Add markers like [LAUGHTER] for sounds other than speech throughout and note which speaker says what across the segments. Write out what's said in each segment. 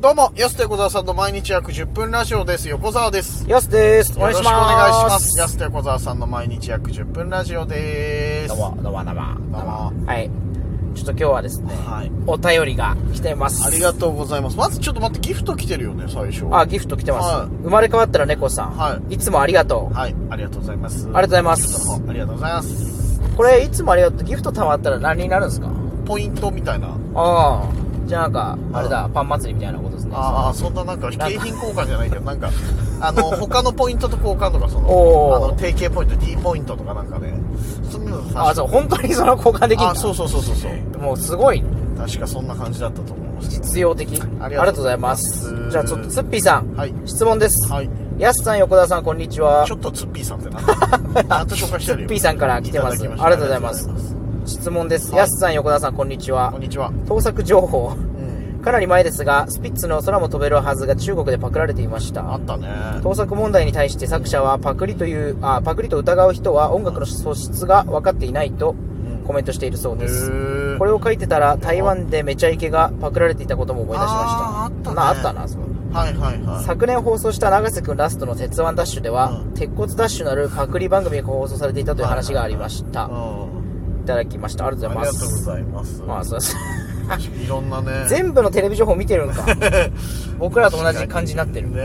Speaker 1: どうも、安手小沢さんの毎日約10分ラジオです。横澤です。
Speaker 2: ヤスです。お
Speaker 1: よろ
Speaker 2: 願い
Speaker 1: し
Speaker 2: し
Speaker 1: くお
Speaker 2: ます。
Speaker 1: 願いします。安手小沢さんの毎日約10分ラジオです。
Speaker 2: どうも、どうも、どうも。どう
Speaker 1: も
Speaker 2: はい。ちょっと今日はですね、
Speaker 1: はい。
Speaker 2: お便りが来てます。
Speaker 1: ありがとうございます。まずちょっと待って、ギフト来てるよね、最初。
Speaker 2: あ、ギフト来てます。
Speaker 1: はい
Speaker 2: 生まれ変わったら猫さん。。
Speaker 1: はい
Speaker 2: つもありがと
Speaker 1: はい、ありがとうございます。あり
Speaker 2: がとうございます
Speaker 1: ありがとうございます。
Speaker 2: う。これ、いつもありがとう。ギフト貯まったら何になるんですか
Speaker 1: ポイントみたいな。
Speaker 2: ああ。じゃあなんか、
Speaker 1: ん
Speaker 2: あれだ、パン祭りみたいなことですね。
Speaker 1: ああ、そんななんか、景品交換じゃないけど、なんか、あ
Speaker 2: [LAUGHS]
Speaker 1: の、他のポイントと交換とか、そ
Speaker 2: お
Speaker 1: の、
Speaker 2: ー
Speaker 1: あの、提携ポイント、D ポイントとかなんかね。そういうのさ
Speaker 2: あ、そう、本当にその交換できる
Speaker 1: あ、そうそうそうそうそう。
Speaker 2: う。もうすごい、
Speaker 1: 確かそんな感じだったと思います。
Speaker 2: 実用的。
Speaker 1: あ
Speaker 2: あ
Speaker 1: り
Speaker 2: り
Speaker 1: がとうご
Speaker 2: がとうご
Speaker 1: ざ
Speaker 2: ざ
Speaker 1: い
Speaker 2: い
Speaker 1: ま
Speaker 2: ますす。じゃあ、ちょっと、ツッピーさん。
Speaker 1: はい
Speaker 2: 質問です。
Speaker 1: はい。
Speaker 2: ヤスさん、横田さん、こんにちは
Speaker 1: ちょ。っとツッピーさんって
Speaker 2: [LAUGHS]
Speaker 1: な。ちゃんと紹介してやるよ。
Speaker 2: ツッピーさんから来てます
Speaker 1: いただき
Speaker 2: ありがとうございます
Speaker 1: ありがとうござい
Speaker 2: 質問です。
Speaker 1: はい
Speaker 2: ヤスさん、横田さん、こんにちは
Speaker 1: まこん。にちは。
Speaker 2: 盗作情報。
Speaker 1: うん。
Speaker 2: かなり前ですが、スピッツの空も飛べるはずが中国でパクられていまし
Speaker 1: あ
Speaker 2: た
Speaker 1: っ。たね。
Speaker 2: 盗作問題に対して作者はパクリという、あ、パクリと疑う人は音楽の素質が分かっていないとコメントしているそうです。
Speaker 1: へ
Speaker 2: これを書いてたら台湾でめちゃイケがパクられていたことも思い出しました。
Speaker 1: あーあったね
Speaker 2: なあったな、そう
Speaker 1: はいはいは
Speaker 2: 昨年放送した長瀬くんラストの鉄腕ダッシュでは、
Speaker 1: うん
Speaker 2: 鉄骨ダッシュなるパクリ番組が放送されていたという話がありました。
Speaker 1: い。
Speaker 2: いただきました。あり
Speaker 1: う
Speaker 2: が
Speaker 1: ん。
Speaker 2: とう
Speaker 1: あ
Speaker 2: ご
Speaker 1: り
Speaker 2: ざ
Speaker 1: が
Speaker 2: い
Speaker 1: とう
Speaker 2: ま
Speaker 1: ご
Speaker 2: す。
Speaker 1: ざいます。
Speaker 2: まあ、そうです。
Speaker 1: いろんなね。
Speaker 2: 全部のテレビ情報見てるん
Speaker 1: [LAUGHS]
Speaker 2: か。僕らと同じ感じになってる。
Speaker 1: ね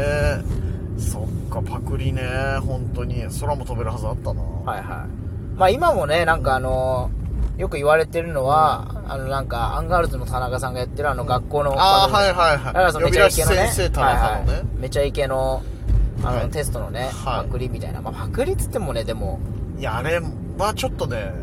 Speaker 1: そっか、パクリね。本当に。空も飛べるはずあったな。
Speaker 2: はいはい。まあ今もね、なんかあのよく言われてるのは、あのなんか、アンガールズの田中さんがやってるあの学校の、
Speaker 1: ああ、
Speaker 2: 番組
Speaker 1: はいはい
Speaker 2: だから
Speaker 1: は
Speaker 2: そ
Speaker 1: い。
Speaker 2: の
Speaker 1: 呼
Speaker 2: め
Speaker 1: び
Speaker 2: ち
Speaker 1: 出し
Speaker 2: ゃイケのね、
Speaker 1: 先生田中の
Speaker 2: はいは
Speaker 1: ね。
Speaker 2: いめちゃイケの、あの、
Speaker 1: はい
Speaker 2: テストのね、
Speaker 1: はい
Speaker 2: パクリみたいな。まあパクリっつってもね、でも、
Speaker 1: いや、あれはちょっとね、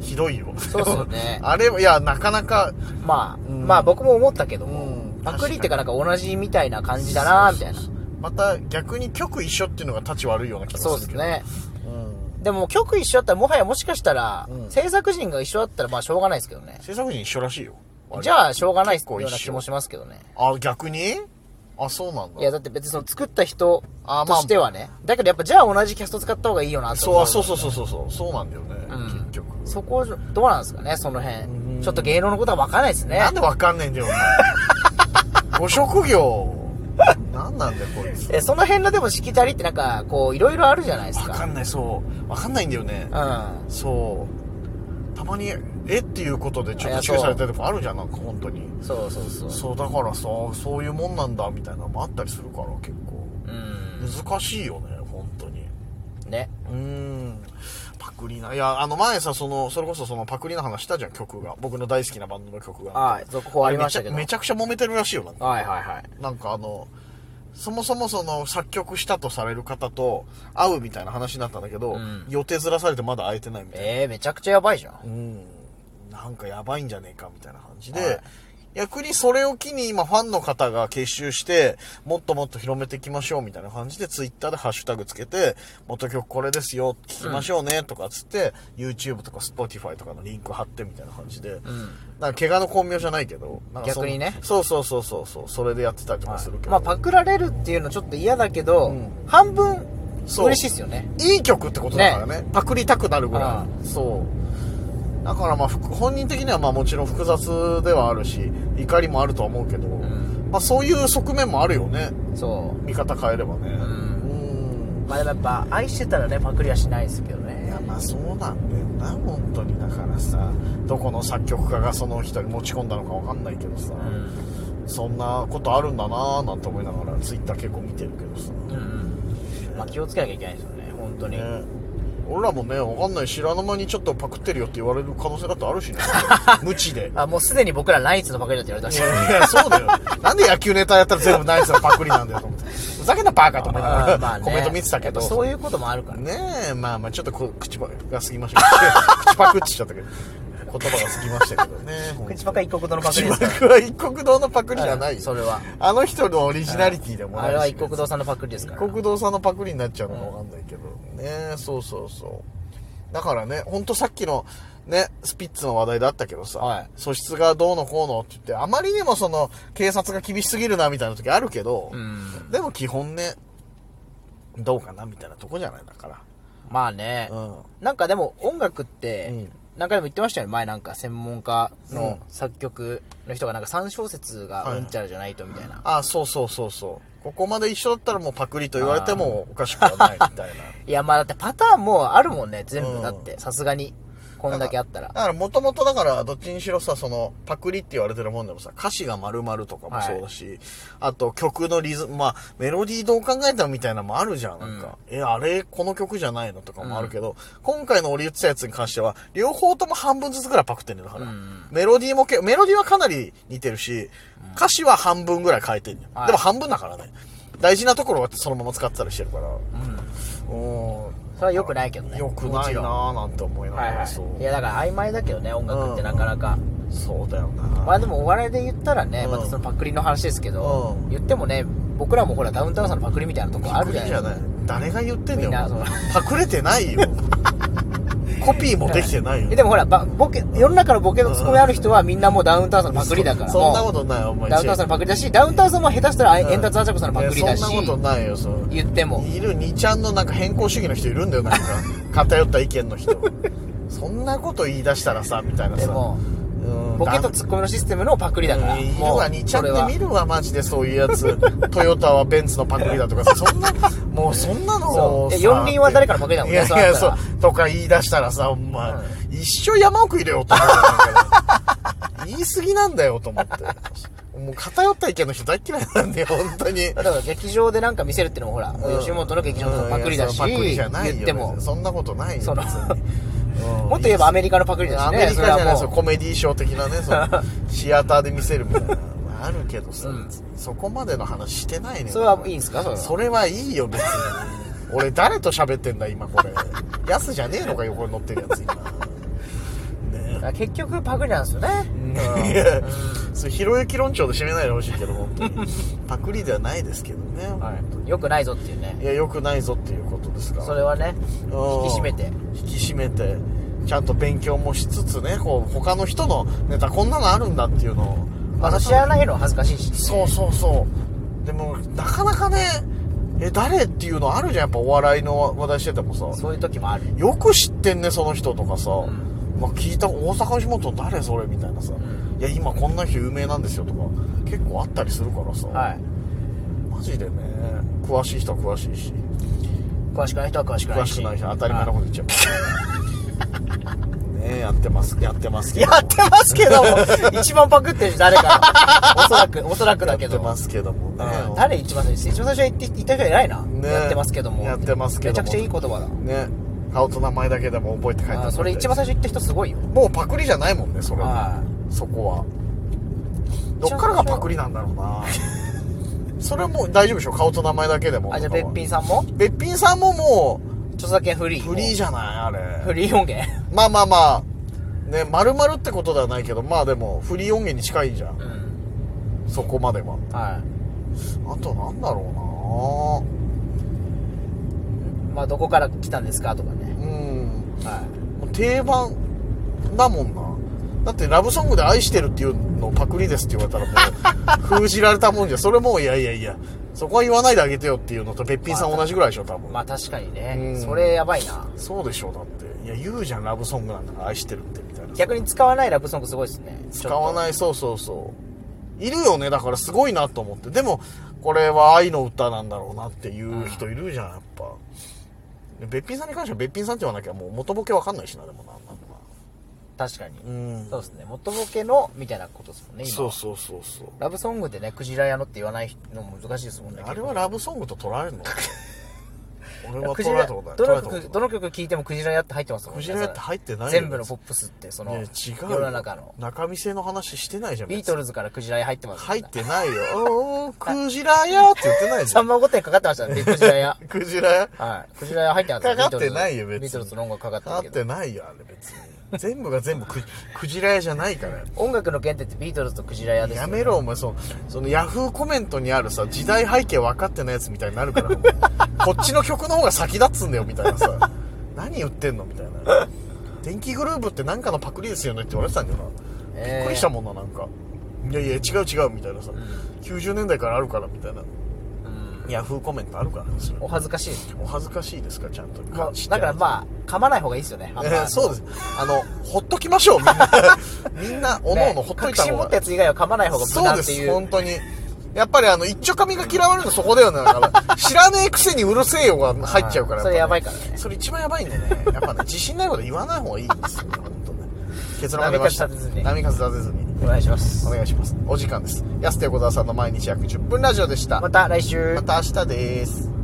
Speaker 1: ひどいよ。
Speaker 2: そうっすよね
Speaker 1: [LAUGHS] あれは、いや、なかなか、
Speaker 2: まあ、
Speaker 1: うん
Speaker 2: まあ僕も思ったけども、
Speaker 1: うん
Speaker 2: パクリってかなんか同じみたいな感じだなみたいな。
Speaker 1: そうそうそうまた逆に局一緒っていうのが立ち悪いような気がする
Speaker 2: そうです
Speaker 1: けど
Speaker 2: ね。
Speaker 1: うん
Speaker 2: でも曲一緒だったら、もはやもしかしたら、
Speaker 1: うん
Speaker 2: 制作人が一緒だったら、まあしょうがないですけどね。
Speaker 1: 制作人一緒らしいよ
Speaker 2: じゃあ、しょうがない
Speaker 1: 結構
Speaker 2: よ
Speaker 1: 一緒
Speaker 2: うな気もしますけどね。
Speaker 1: あ逆にあそうなんだ
Speaker 2: いや、だって別にその作った人
Speaker 1: あま
Speaker 2: と
Speaker 1: あ
Speaker 2: してはね。だけどやっぱじゃあ同じキャスト使った方がいいよなと
Speaker 1: そう
Speaker 2: 思。
Speaker 1: あそうそううそうそうそうそうなんだよね、
Speaker 2: うん
Speaker 1: 結局
Speaker 2: そこ、どうなんですかね、その
Speaker 1: うん
Speaker 2: 辺。ちょっと芸能のことは分かんないですね
Speaker 1: な。んでわかんねえんだよお前
Speaker 2: [LAUGHS]
Speaker 1: ご職業なんなんだよこいつ
Speaker 2: え、その辺のでもしきたりってなんか、こう、いろいろあるじゃないです
Speaker 1: わか
Speaker 2: か。
Speaker 1: んないそうわかんないんだよね
Speaker 2: うん。
Speaker 1: そうたまにえっていうことでちょっと注
Speaker 2: いやそ
Speaker 1: 意
Speaker 2: う
Speaker 1: されたりとかあるじゃんなんか本当に
Speaker 2: そうそうそう。
Speaker 1: そうだからさそういうもんなんだみたいなのもあったりするから結構
Speaker 2: うん。
Speaker 1: 難しいよね本当に
Speaker 2: ね。
Speaker 1: うーんパクリないやあの前さそのそれこそそのパクリの話したじゃん曲が僕の大好きなバンドの曲が
Speaker 2: はい、続報ありましたけど。
Speaker 1: めちゃめちゃくちゃ揉めてるらしいよなんか
Speaker 2: はいはいはい。
Speaker 1: なんかあのそもそもその作曲したとされる方と会うみたいな話になったんだけど、
Speaker 2: うん
Speaker 1: 予定ずらされてまだ会えてないみたいな
Speaker 2: えー、めちゃくちゃやばいじゃん。
Speaker 1: うんなんかやばいんじゃねえかみたいな感じで、
Speaker 2: はい
Speaker 1: 逆にそれを機に今ファンの方が結集してもっともっと広めていきましょうみたいな感じでツイッターでハッシュタグつけて元曲これですよ聞きましょうねとかっつって、YouTube とか Spotify とかのリンク貼ってみたいな感じで、
Speaker 2: うん。
Speaker 1: なんか怪我の巧妙じゃないけどなんかその
Speaker 2: 逆にね
Speaker 1: そうそうそうそうそうそれでやってたりとかするけど、
Speaker 2: まあ、パクられるっていうのちょっと嫌だけど
Speaker 1: うん、
Speaker 2: 半分、
Speaker 1: そう
Speaker 2: 嬉しいっすよね。
Speaker 1: いい曲ってことだからねパクりたくなるぐら
Speaker 2: あ
Speaker 1: いそうだからまあふく本人的にはまあもちろん複雑ではあるし怒りもあるとは思うけど、
Speaker 2: ん
Speaker 1: まあ、そういう側面もあるよね
Speaker 2: そう。
Speaker 1: 見方変えればね
Speaker 2: う
Speaker 1: うんん
Speaker 2: まあでもやっぱ愛してたらねパクリはしないですけど
Speaker 1: い
Speaker 2: ね
Speaker 1: やまあそうなんだよな本当にだからさどこの作曲家がその人に持ち込んだのかわかんないけどさ、
Speaker 2: うん
Speaker 1: そんなことあるんだなーなんて思いながらツイッター結構見てるけどさ、
Speaker 2: うんまあ気をつけなきゃいけないですよね本当に、
Speaker 1: ね俺らもねわかんない知らぬ間にちょっとパクってるよって言われる可能性だってある
Speaker 2: [LAUGHS]
Speaker 1: しね無知で
Speaker 2: あもうすでに僕らナイツのパクリだって言われた
Speaker 1: い
Speaker 2: し
Speaker 1: やいやそうだよなんで野球ネタやったら全部ナイスのパクリなんだよと思ってふざけんなバカと思いながら、 [LAUGHS] コメント見てたけど
Speaker 2: やっぱそういうこともあるからね
Speaker 1: ねえまあまあちょっとこ口パクが過ぎましたけど口パクって言っちゃった
Speaker 2: [LAUGHS]
Speaker 1: けど言葉が過ぎましたけどね
Speaker 2: 口パクは一国堂のパ
Speaker 1: 口
Speaker 2: クリで
Speaker 1: パ
Speaker 2: すから
Speaker 1: クは一国堂のパクリじゃないよ
Speaker 2: それは
Speaker 1: あの人のオリジナリティでもないし
Speaker 2: あれは一国堂さんのパクリですから
Speaker 1: 国道さんのパクリになっちゃうのかわかんないけど、ねそうそうそうだからねほんとさっきのねスピッツの話題だったけどさ、
Speaker 2: はい
Speaker 1: 素質がどうのこうのって言ってあまりにもその警察が厳しすぎるなみたいな時あるけど、
Speaker 2: うん
Speaker 1: でも基本ねどうかなみたいなとこじゃないだから
Speaker 2: まあね、
Speaker 1: うん
Speaker 2: なんかでも音楽って、
Speaker 1: うん
Speaker 2: 何回も言ってましたよね前なんか専門家の
Speaker 1: う
Speaker 2: 作曲の人がなんか3小節がうんちゃらじゃないとみたいな、
Speaker 1: あ、そうそうそうそう。ここまで一緒だったらもうパクリと言われてもおかしくはないみたいな。
Speaker 2: い、やまあだってパターンもあるもんね全部、
Speaker 1: うん
Speaker 2: だってさすがにこんだけあったら
Speaker 1: だからもともとだからどっちにしろさそのパクリって言われてるもんでもさ歌詞が丸々とかもそうだし、あと曲のリズムまあメロディーどう考えたみたいなのもあるじゃんなんか、えあれこの曲じゃないのとかもあるけど、今回の俺言ってたやつに関しては両方とも半分ずつぐらいパクってんだよだから、
Speaker 2: うん
Speaker 1: メロディーもけメロディーはかなり似てるし歌詞は半分ぐらい変えてんじゃん、
Speaker 2: はい
Speaker 1: でも半分だからね大事なところはそのまま使ってたりしてるから
Speaker 2: うん
Speaker 1: うん
Speaker 2: それは良くないけどね
Speaker 1: 良くないなぁなんて思いなが
Speaker 2: は
Speaker 1: ら、
Speaker 2: い
Speaker 1: そう
Speaker 2: はいいやだから曖昧だけどね音楽ってなかなか、
Speaker 1: そうだよな
Speaker 2: まあでもお笑いで言ったらね、
Speaker 1: うん
Speaker 2: またそのパクリの話ですけど、
Speaker 1: うん
Speaker 2: 言ってもね僕らもほらダウンタウンさんのパクリみたいなとこあ
Speaker 1: パ
Speaker 2: る
Speaker 1: ク
Speaker 2: じ
Speaker 1: リ
Speaker 2: ゃない
Speaker 1: じゃない誰が言ってんだ
Speaker 2: みんな
Speaker 1: よ
Speaker 2: その
Speaker 1: パクれてない
Speaker 2: [LAUGHS]
Speaker 1: よコピーもできてないよ
Speaker 2: えでもほらばボケ世の中のボケのツッコミある人はみんなもうダウンタウンさんのパクリだから
Speaker 1: そそんな
Speaker 2: もう
Speaker 1: ことないよお前
Speaker 2: ダウンタウンさんのパクリだしダウンタウンさんも下手したら
Speaker 1: うん
Speaker 2: 円達アチャコさんのパクリだし
Speaker 1: いやそんなことないよそう
Speaker 2: 言っても
Speaker 1: いる2ちゃんのなんか変更主義の人いるんだよ
Speaker 2: [LAUGHS]
Speaker 1: なんか偏った意見の人そんなこと言い出したらさみたいなさ
Speaker 2: でも
Speaker 1: うん
Speaker 2: ボケ
Speaker 1: ダ
Speaker 2: と
Speaker 1: メ
Speaker 2: ツッコミのシステムのパクリだから
Speaker 1: うんいる
Speaker 2: も
Speaker 1: わ2
Speaker 2: う
Speaker 1: ちゃ
Speaker 2: そ
Speaker 1: ん
Speaker 2: れ
Speaker 1: って
Speaker 2: は
Speaker 1: 見るわマジでそういうや
Speaker 2: [LAUGHS]
Speaker 1: つトヨタはベンツのパクリだとかさそんなもうそんなの
Speaker 2: そう
Speaker 1: さ
Speaker 2: え四輪は誰からパクリだもん
Speaker 1: い
Speaker 2: ね
Speaker 1: やい
Speaker 2: そうな
Speaker 1: や、
Speaker 2: った
Speaker 1: そう
Speaker 2: ら。
Speaker 1: とか言い出したらさ、お前、
Speaker 2: うん
Speaker 1: 一生山奥入れようと思ってたんだけど言い過ぎなんだよと思って。もう偏った意見の人大っ嫌いなんだよ、本当に。
Speaker 2: だから劇場でなんか見せるってのもほら、吉本の劇場のパクリだ
Speaker 1: うんいや
Speaker 2: し、
Speaker 1: それはパクリじゃないよ。
Speaker 2: 言っても
Speaker 1: 別にそんなことないよ。
Speaker 2: その
Speaker 1: 別にうん
Speaker 2: もっと言えばアメリカのパクリだし
Speaker 1: ア
Speaker 2: ね
Speaker 1: メリカじゃないです
Speaker 2: それ
Speaker 1: よ
Speaker 2: はも
Speaker 1: コメディーショー的なねそ
Speaker 2: [LAUGHS]
Speaker 1: のシアターで見せるみたいなのあるけどさ、
Speaker 2: うん
Speaker 1: そこまでの話してないね
Speaker 2: それはいいんですかそれは
Speaker 1: それはいいよ別に俺誰と喋ってんだ今これ [LAUGHS] ヤスじゃねえのか横に乗ってるやつ今ね
Speaker 2: う結局パクリなんですよね、
Speaker 1: えいや [LAUGHS] それひろゆき論調で締めないでほしいけど本当にパクリではないですけどね、
Speaker 2: はい、よくないぞっていうね
Speaker 1: い、やよくないぞっていうことですから
Speaker 2: それはね
Speaker 1: 引
Speaker 2: 引き締めて
Speaker 1: 引き締めてちゃんと勉強もしつつねこう他の人のネタこんなのあるんだっていうのを
Speaker 2: あの知らないの恥ずかしいし、
Speaker 1: そうそうそうでもなかなかねえ誰っていうのあるじゃんやっぱお笑いの話題しててもさ
Speaker 2: そういう時もある
Speaker 1: よく知ってんねその人とかさ、
Speaker 2: ん
Speaker 1: まあ、聞いた大阪吉本誰それみたいなさ、
Speaker 2: ん
Speaker 1: いや今こんな人有名なんですよとか結構あったりするからさ、
Speaker 2: はい
Speaker 1: マジでね詳しい人は詳しいし
Speaker 2: 詳しくない人は詳しくな
Speaker 1: 詳
Speaker 2: いし
Speaker 1: しくない人当たり前のこと言っちゃうねえやってますやってますけど
Speaker 2: やってますけども一番パクってるし誰かおそらくおそらくだけど
Speaker 1: やってますけどもね
Speaker 2: うん誰一番最初一番最初に言って言った人偉いな、
Speaker 1: ね
Speaker 2: やってますけども
Speaker 1: やってますけども
Speaker 2: めちゃくちゃいい言葉だ
Speaker 1: ね顔と名前だけでも覚えて書いてあ
Speaker 2: あ
Speaker 1: る
Speaker 2: それ一番最初言った人すごいよ
Speaker 1: もうパクリじゃないもんねそれ
Speaker 2: は
Speaker 1: そこはどっからがパクリなんだろうな [LAUGHS] それはもう大丈夫でしょ顔と名前だけでも
Speaker 2: あじゃあべっぴんさんも
Speaker 1: べっぴんさんもも
Speaker 2: 著作権フリー
Speaker 1: うフリー
Speaker 2: ー
Speaker 1: じゃないあ
Speaker 2: フ
Speaker 1: れ
Speaker 2: リー音源
Speaker 1: まあまあまあね丸々ってことではないけどまあでもフリー音源に近いじゃん
Speaker 2: うん
Speaker 1: そこまでは
Speaker 2: はい
Speaker 1: あとなんだろ
Speaker 2: まあ、どこから来たんですかとかね
Speaker 1: う、なうん
Speaker 2: は
Speaker 1: もう定番だもんなだってラブソングで「愛してる」っていうのをパクリですって言われたらもう封じられたもんじゃそれもういやいやいやそこは言わないであげてよっていうのとべっぴんさん同じぐらいでしょ多
Speaker 2: い、
Speaker 1: 分、
Speaker 2: まあ確かにね、
Speaker 1: うん
Speaker 2: それやばいな
Speaker 1: そうでしょだっていや言うじゃんラブソングなんだから「愛してる」ってみたいな
Speaker 2: 逆に使わないラブソングすごいですね
Speaker 1: 使わ
Speaker 2: い
Speaker 1: ないそうそうそういるよねだからすごいなと思ってでもこれは愛の歌なんだろうなっていう人いるじゃんやっぱでべっぴんさんに関してはべっぴんさんって言わなきゃもう元ボケわかんないしなでもな
Speaker 2: 確かに、
Speaker 1: うん
Speaker 2: そうですね元ボケのみたいなことですもんね今
Speaker 1: そうそうそうそう
Speaker 2: ラブソングでねクジラ屋のって言わないのも難しいですもんね
Speaker 1: あれはラブソングと捉えるの俺は
Speaker 2: ク
Speaker 1: 捉
Speaker 2: ジ
Speaker 1: え
Speaker 2: ラ
Speaker 1: たことない。
Speaker 2: ど
Speaker 1: 捉え
Speaker 2: の
Speaker 1: たことない
Speaker 2: 曲どの曲聴いてもクジラ屋って入ってますもんね
Speaker 1: クジラ屋って入ってないよ
Speaker 2: 全部のポップスってその、
Speaker 1: ね違うよ。
Speaker 2: 世の中の
Speaker 1: 中見世の話してないじゃん。
Speaker 2: ビートルズからクジラ屋入ってますもん
Speaker 1: 入
Speaker 2: ね
Speaker 1: ってないよ。おー、クジラ屋って言ってないじ
Speaker 2: サ
Speaker 1: ゃ
Speaker 2: ンマ御殿かかってましたねク [LAUGHS] ジラ屋
Speaker 1: ん。クジラ屋
Speaker 2: はいクジラ屋入ってなかった
Speaker 1: かかってないよ別に
Speaker 2: ビートルズの音楽かかって
Speaker 1: あ
Speaker 2: る
Speaker 1: っ
Speaker 2: けど
Speaker 1: てないよ、あれ別に。全部が全部ククジラ屋じゃないから。
Speaker 2: 音楽の原点ってビートルズとクジラ屋ですよ
Speaker 1: やめろ、お前、その、そのヤフーコメントにあるさ、時代背景分かってないやつみたいになるから、お前こっちの曲の方が先立つんだよ、みたいなさ。何言ってんのみたいな。電気グルーブってなんかのパクリですよねって言われてたんだよな。
Speaker 2: えー
Speaker 1: びっくりしたもんな、なんか。いやいや、違う違う、みたいなさ。90年代からあるから、みたいな。
Speaker 2: うん
Speaker 1: ヤフーコメントあるからねそれ
Speaker 2: お恥ずかしいです
Speaker 1: お恥ずかしいですかちゃんと
Speaker 2: まあ
Speaker 1: ちっちゃ
Speaker 2: だ
Speaker 1: い
Speaker 2: からまあ、噛まない方がいいですよね。あんま
Speaker 1: えーそうですあのほっときましょう
Speaker 2: [LAUGHS]
Speaker 1: みんなみんなおのおのほっとい
Speaker 2: 確
Speaker 1: た
Speaker 2: 信
Speaker 1: 方
Speaker 2: 持
Speaker 1: が
Speaker 2: ったやつ以外は噛まない方が無
Speaker 1: そう
Speaker 2: 難
Speaker 1: で
Speaker 2: ってい
Speaker 1: す
Speaker 2: う。
Speaker 1: 本当にやっぱりあの一丁髪が嫌われるのそこだよねだから知らねえくせにうるせえよが入っちゃうから
Speaker 2: それやば
Speaker 1: い
Speaker 2: いからね。
Speaker 1: それ一番やばいんでねやっぱね自信ないこと言わない方がいいんですよね本当ね結論が出ました
Speaker 2: 波風立てずに
Speaker 1: 波風立てずに
Speaker 2: お願いします
Speaker 1: お。願いしますお時間です安手小沢さんの毎日約10分ラジオでした
Speaker 2: ま
Speaker 1: ま
Speaker 2: た来週。
Speaker 1: た明日です